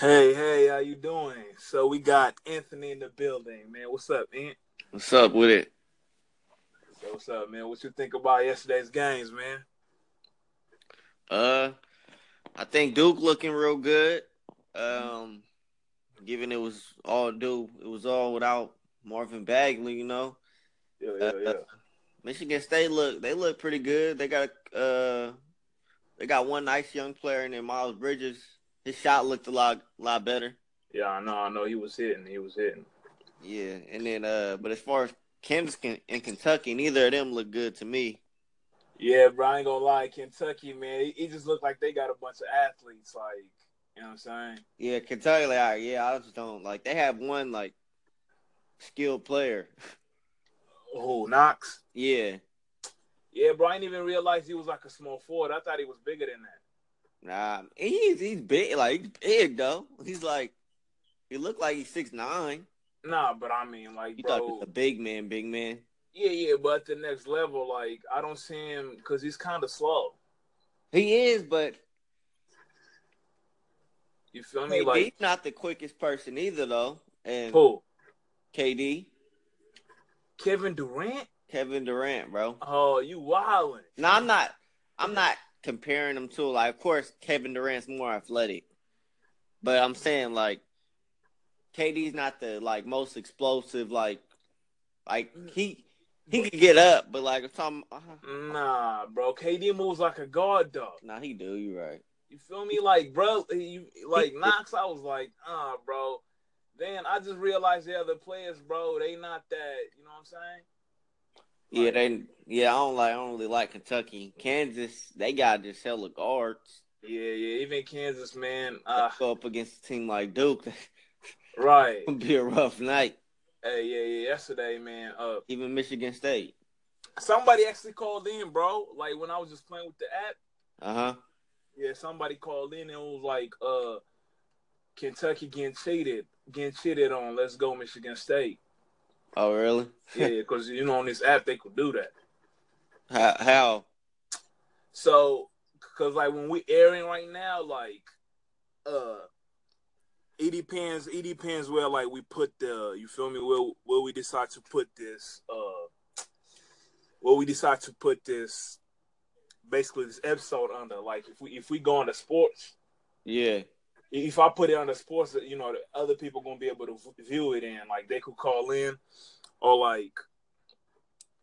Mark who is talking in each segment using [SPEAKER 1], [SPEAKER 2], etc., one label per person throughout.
[SPEAKER 1] Hey, hey, how you doing? So we got Anthony in the building, man. What's up, Ant?
[SPEAKER 2] What's up with it?
[SPEAKER 1] So what's up, man? What you think about yesterday's games, man?
[SPEAKER 2] Uh, I think Duke looking real good. Um, given it was all Duke, it was all without Marvin Bagley. You know,
[SPEAKER 1] Yeah,
[SPEAKER 2] Uh, Michigan State look they look pretty good. They got uh, they got one nice young player in there, Miles Bridges. His shot looked a lot lot better.
[SPEAKER 1] Yeah, I know, I know. He was hitting. He was hitting.
[SPEAKER 2] Yeah, and then uh, but as far as Kansas Ken- and Kentucky, neither of them look good to me.
[SPEAKER 1] Yeah, bro, I ain't gonna lie. Kentucky, man, it, it just looked like they got a bunch of athletes. Like, you know what I'm saying?
[SPEAKER 2] Yeah, Kentucky, like, all right, yeah, I just don't like. They have one like skilled player.
[SPEAKER 1] Oh, Knox.
[SPEAKER 2] Yeah,
[SPEAKER 1] Yeah, bro, I didn't even realize he was like a small forward. I thought he was bigger than that.
[SPEAKER 2] nah, he's he's big, like he's big though. He's like, he looked like he's six nine.
[SPEAKER 1] Nah, but I mean, like,
[SPEAKER 2] You
[SPEAKER 1] bro,
[SPEAKER 2] thought he was a big man, big man.
[SPEAKER 1] yeah, yeah, but at the next level, like, I don't see him because he's kind of slow.
[SPEAKER 2] He is, but
[SPEAKER 1] You feel me?
[SPEAKER 2] KD's
[SPEAKER 1] Like,
[SPEAKER 2] not the quickest person either though. And
[SPEAKER 1] who?
[SPEAKER 2] KD,
[SPEAKER 1] Kevin Durant?
[SPEAKER 2] Kevin Durant, bro.
[SPEAKER 1] Oh, you wildin'.
[SPEAKER 2] No, I'm not. I'm not comparing them to like. Of course, Kevin Durant's more athletic, but I'm saying like, KD's not the like most explosive. Like, like he he could get up, but like if I'm uh,
[SPEAKER 1] Nah, bro, KD moves like a guard dog.
[SPEAKER 2] nah, he do. You right?
[SPEAKER 1] You feel me? Like, bro, you like Knox. I was like, ah, bro. Then I just realized the other players, bro, they not that. You know what I'm saying?
[SPEAKER 2] Yeah, they yeah. I don't like. I don't really like Kentucky, Kansas. They got just hella guards.
[SPEAKER 1] Yeah, yeah. Even Kansas, man.
[SPEAKER 2] They
[SPEAKER 1] Uh,
[SPEAKER 2] Go up against a team like Duke,
[SPEAKER 1] right.
[SPEAKER 2] it'll be a rough night.
[SPEAKER 1] Hey, yeah, yeah. Yesterday, man. Uh,
[SPEAKER 2] Even Michigan State.
[SPEAKER 1] somebody actually called in, bro. Like when I was just playing with the app.
[SPEAKER 2] Uh huh.
[SPEAKER 1] Yeah, somebody called in and was like, uh, Kentucky getting cheated, getting cheated on. Let's go, Michigan State.
[SPEAKER 2] Oh really?
[SPEAKER 1] Yeah, because you know on this app they could do that.
[SPEAKER 2] How? how?
[SPEAKER 1] So, cause like when we airing right now, like, uh, it depends. It depends where like we put the. You feel me? Where where we decide to put this. Uh, where we decide to put this. Basically, this episode under like if we if we go into sports,
[SPEAKER 2] Yeah.
[SPEAKER 1] if I put it under sports, you know, the other people gonna be able to v- view it and like they could call in or like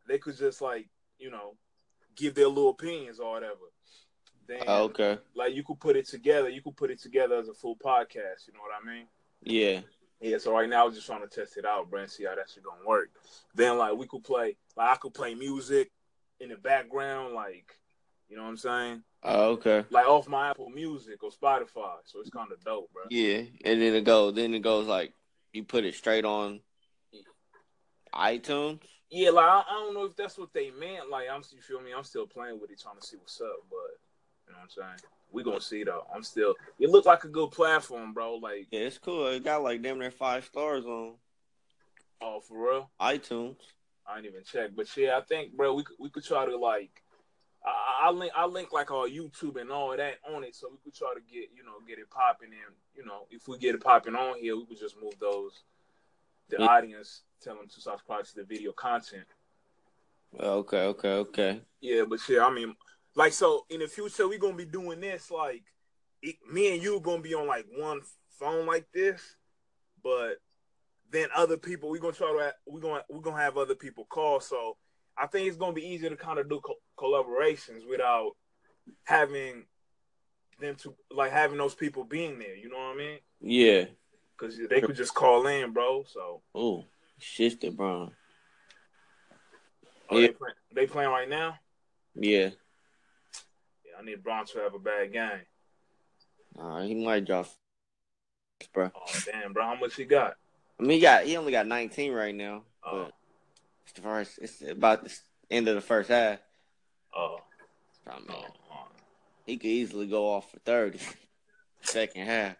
[SPEAKER 1] they could just like you know give their little opinions or whatever. Then
[SPEAKER 2] Oh, okay.
[SPEAKER 1] like you could put it together. You could put it together as a full podcast. You know what I mean?
[SPEAKER 2] Yeah.
[SPEAKER 1] Yeah. So right now, I was just trying to test it out, bro, and see how that shit gonna work. Then like we could play, like I could play music in the background, like you know what I'm saying,
[SPEAKER 2] Oh, okay.
[SPEAKER 1] like off my Apple Music or Spotify. So it's kind of dope, bro.
[SPEAKER 2] Yeah, and then it goes. Then it goes like you put it straight on iTunes.
[SPEAKER 1] Yeah, like I, I don't know if that's what they meant. Like I'm, you feel me? I'm still playing with it, trying to see what's up. But you know what I'm saying? We gonna see though. I'm still. It looked like a good platform, bro. Like,
[SPEAKER 2] Yeah, it's cool. It got like damn near five stars on
[SPEAKER 1] oh, for real.
[SPEAKER 2] iTunes.
[SPEAKER 1] I didn't even check, but yeah, I think, bro, we could, we could try to like, I, I I link I link like our YouTube and all that on it, so we could try to get you know get it popping and you know if we get it popping on here, we could just move those the
[SPEAKER 2] Yeah.
[SPEAKER 1] audience, tell them to subscribe to the video content.
[SPEAKER 2] Oh, Okay, okay, okay.
[SPEAKER 1] Yeah, but yeah, I mean, like so in the future we gonna be doing this like, it, me and you gonna be on like one phone like this, but then other people we gonna try to we gonna we gonna have other people call. So I think it's gonna be easier to kind of do co- collaborations without having them to like having those people being there. You know what I mean?
[SPEAKER 2] Yeah.
[SPEAKER 1] Because they could just call in, bro. So
[SPEAKER 2] Oh, shit, LeBron.
[SPEAKER 1] oh,
[SPEAKER 2] Yeah.
[SPEAKER 1] they, play, they playing right now.
[SPEAKER 2] Yeah.
[SPEAKER 1] Yeah, I need Bronx to have a bad game.
[SPEAKER 2] Nah, he might drop, bro.
[SPEAKER 1] Oh damn, bro, how much he got?
[SPEAKER 2] I mean, he got he only got 19 right now,
[SPEAKER 1] Oh.
[SPEAKER 2] but it's the first. It's about the end of the first half.
[SPEAKER 1] Oh,
[SPEAKER 2] I mean,
[SPEAKER 1] oh, oh.
[SPEAKER 2] he could easily go off for 30. Second half.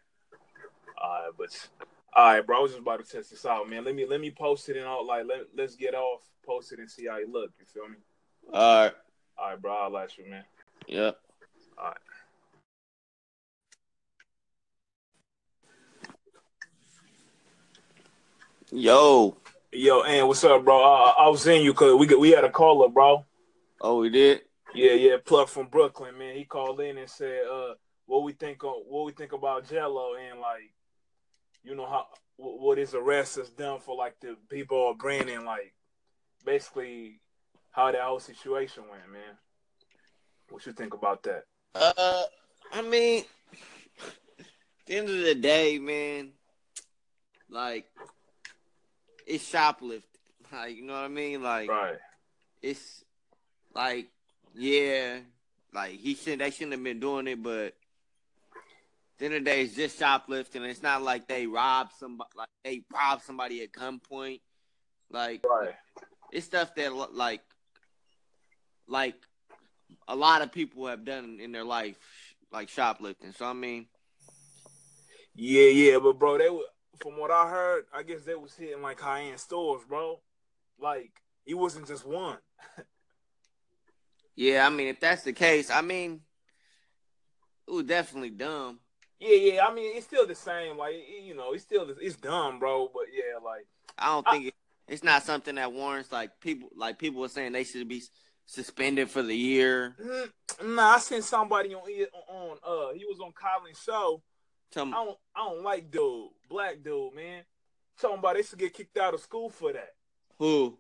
[SPEAKER 1] All right, but all right, bro. I was just about to test this out, man. Let me let me post it and all. Like, let let's get off, post it and see how it look. You feel me?
[SPEAKER 2] All right.
[SPEAKER 1] All right, bro. I'll last you, man.
[SPEAKER 2] Yep. Yo.
[SPEAKER 1] Yo, and what's up, bro? I, I was seeing you cause we got- we had a call up, bro.
[SPEAKER 2] Oh, we did.
[SPEAKER 1] Yeah, yeah, plug from Brooklyn, man. He called in and said, uh, what we think of what we think about Jello and like, you know how wh- what his arrest has done for like the people or brand and like, basically how that whole situation went, man. What you think about that?
[SPEAKER 2] Uh, I mean, at the end of the day, man, like it's shoplifting. Like you know what I mean? Like
[SPEAKER 1] Right.
[SPEAKER 2] it's like yeah, like he should they shouldn't have been doing it, but. At the end of the day, it's just shoplifting. It's not like they robbed somebody. Like they robbed somebody at gunpoint. Like
[SPEAKER 1] Right.
[SPEAKER 2] it's stuff that lo- like like a lot of people have done in their life like shoplifting so i mean
[SPEAKER 1] Yeah, yeah, but bro, they were from what I heard, I guess they was hitting like high end stores, bro. Like it wasn't just one.
[SPEAKER 2] yeah i mean if that's the case i mean it was definitely dumb
[SPEAKER 1] Yeah, yeah. I mean, it's still the same. Like it- you know, it's still the, it's dumb, bro. But yeah, like
[SPEAKER 2] i don't think it, it's not something that warrants like people like people were saying they should be s- suspended for the year
[SPEAKER 1] mm, nah. I seen somebody on E- on uh he was on Colin's show. I
[SPEAKER 2] Some,
[SPEAKER 1] don't I don't like dude, black dude, man. Talking about they should get kicked out of school for that.
[SPEAKER 2] who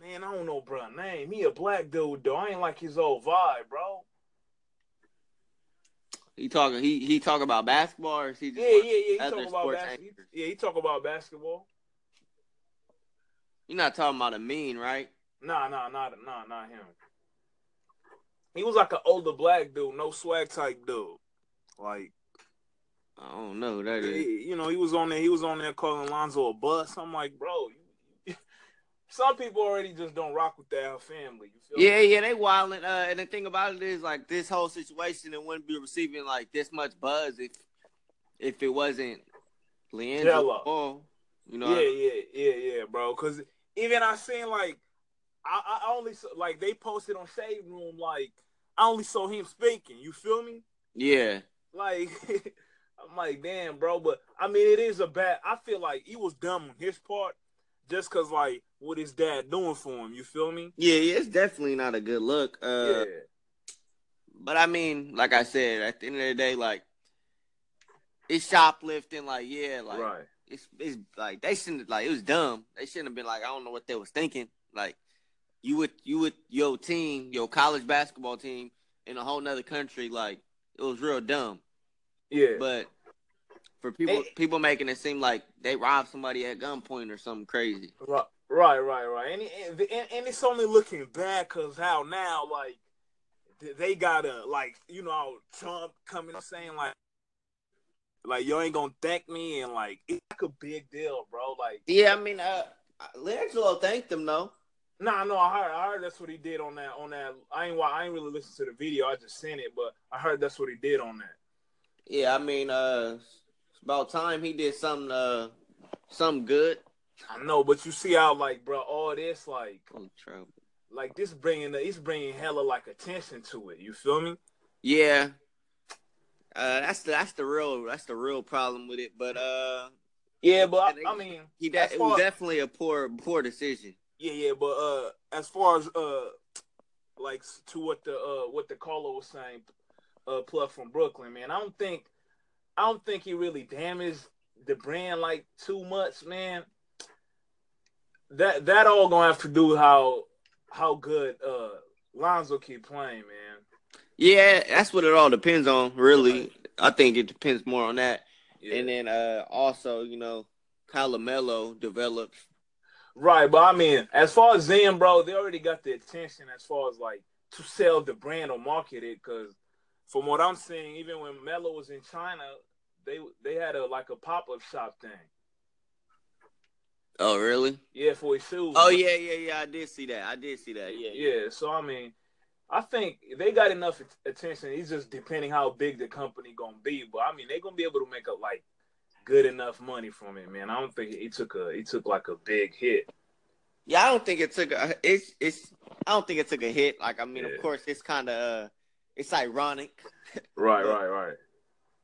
[SPEAKER 1] Man, I don't know, bro. Name he a black dude though. I ain't like his old vibe, bro.
[SPEAKER 2] he talking he he talking about basketball or is he just
[SPEAKER 1] Yeah, yeah, yeah. He
[SPEAKER 2] other
[SPEAKER 1] talk about
[SPEAKER 2] sports
[SPEAKER 1] basketball.
[SPEAKER 2] anchors.
[SPEAKER 1] Yeah, he talk about basketball.
[SPEAKER 2] you're not talking about a mean right
[SPEAKER 1] Nah, nah, nah, nah, not him. He was like an older black dude, no swag type dude. Like
[SPEAKER 2] i don't know that is
[SPEAKER 1] he- you know, he was on there. He was on there calling Lonzo a bus. I'm like, bro. you- Some people already just don't rock with that family. You feel me?
[SPEAKER 2] Yeah, yeah, they wilding. Uh, and the thing about it is, like, this whole situation, it wouldn't be receiving like this much buzz if if it wasn't
[SPEAKER 1] Jello.
[SPEAKER 2] Leandro. Ball, you know,
[SPEAKER 1] yeah, yeah, yeah, yeah, bro. Cause even I seen like I, I only saw- like they posted on Shade Room like I only saw him speaking. You feel me?
[SPEAKER 2] yeah,
[SPEAKER 1] Like I'm like, damn, bro. But I mean, it is a bad. I feel like he was dumb on his part, just cause like what his dad doing for him. You feel me?
[SPEAKER 2] yeah, yeah. It's definitely not a good look. Uh,
[SPEAKER 1] yeah,
[SPEAKER 2] but I mean, like I said, at the end of the day, like, it's shoplifting. Like, yeah, like
[SPEAKER 1] right.
[SPEAKER 2] it's it's like they shouldn't like it was dumb. They shouldn't have been like I don't know what they was thinking. Like you with you with your team, your college basketball team in a whole nother country. Like it was real dumb.
[SPEAKER 1] Yeah,
[SPEAKER 2] But for people
[SPEAKER 1] They-
[SPEAKER 2] people making it seem like they robbed somebody at gunpoint or something crazy.
[SPEAKER 1] right, right, right, right. And, it- and and and it's only looking bad cause how now like th- they gotta like you know how Trump coming and saying like like you ain't gonna thank me and like it's like a big deal, bro. Like
[SPEAKER 2] Yeah, I mean, uh, Leangelo thanked them though.
[SPEAKER 1] Nah, no, I heard, I heard that's what he did on that. On that, I ain't, wa- I ain't really listened to the video. I just seen it, but I heard that's what he did on that.
[SPEAKER 2] Yeah, I mean, uh, it's about time he did something uh something good.
[SPEAKER 1] I know, but you see how like, bro, all this like,
[SPEAKER 2] Oh, trouble.
[SPEAKER 1] like this bringing, the, it's bringing hella like attention to it. You feel me?
[SPEAKER 2] Yeah. Uh, that's the that's the real that's the real problem with it, but uh,
[SPEAKER 1] Yeah, but I, I mean,
[SPEAKER 2] he de-
[SPEAKER 1] That's
[SPEAKER 2] it was
[SPEAKER 1] far-
[SPEAKER 2] definitely a poor poor decision.
[SPEAKER 1] yeah, yeah, but uh, as far as uh, like to what the uh what the caller was saying, uh, plug from Brooklyn, man, I don't think, I don't think he really damaged the brand like too much, man. that that all gonna have to do with how how good uh Lonzo keep playing, man.
[SPEAKER 2] Yeah, that's what it all depends on, really. I think it depends more on that.
[SPEAKER 1] Yeah.
[SPEAKER 2] And then uh also, you know, Kyle LaMelo develops.
[SPEAKER 1] right, but I mean, as far as them, bro, they already got the attention as far as like to sell the brand or market it. Cause from what I'm seeing, even when Melo was in China, they they had a like a pop up shop thing.
[SPEAKER 2] Oh, really?
[SPEAKER 1] Yeah, for his shoes.
[SPEAKER 2] Oh yeah, yeah, yeah. I did see that. I did see that. Yeah. yeah.
[SPEAKER 1] yeah. So I mean, I think they got enough at- attention. It's just depending how big the company gonna be. But I mean, they gonna be able to make a like good enough money from it, man. I don't think it took a it took like a big hit.
[SPEAKER 2] Yeah, I don't think it took a it's it's I don't think it took a hit. Like I mean,
[SPEAKER 1] Yeah.
[SPEAKER 2] of course it's kinda uh it's ironic.
[SPEAKER 1] Right,
[SPEAKER 2] Yeah.
[SPEAKER 1] right, right.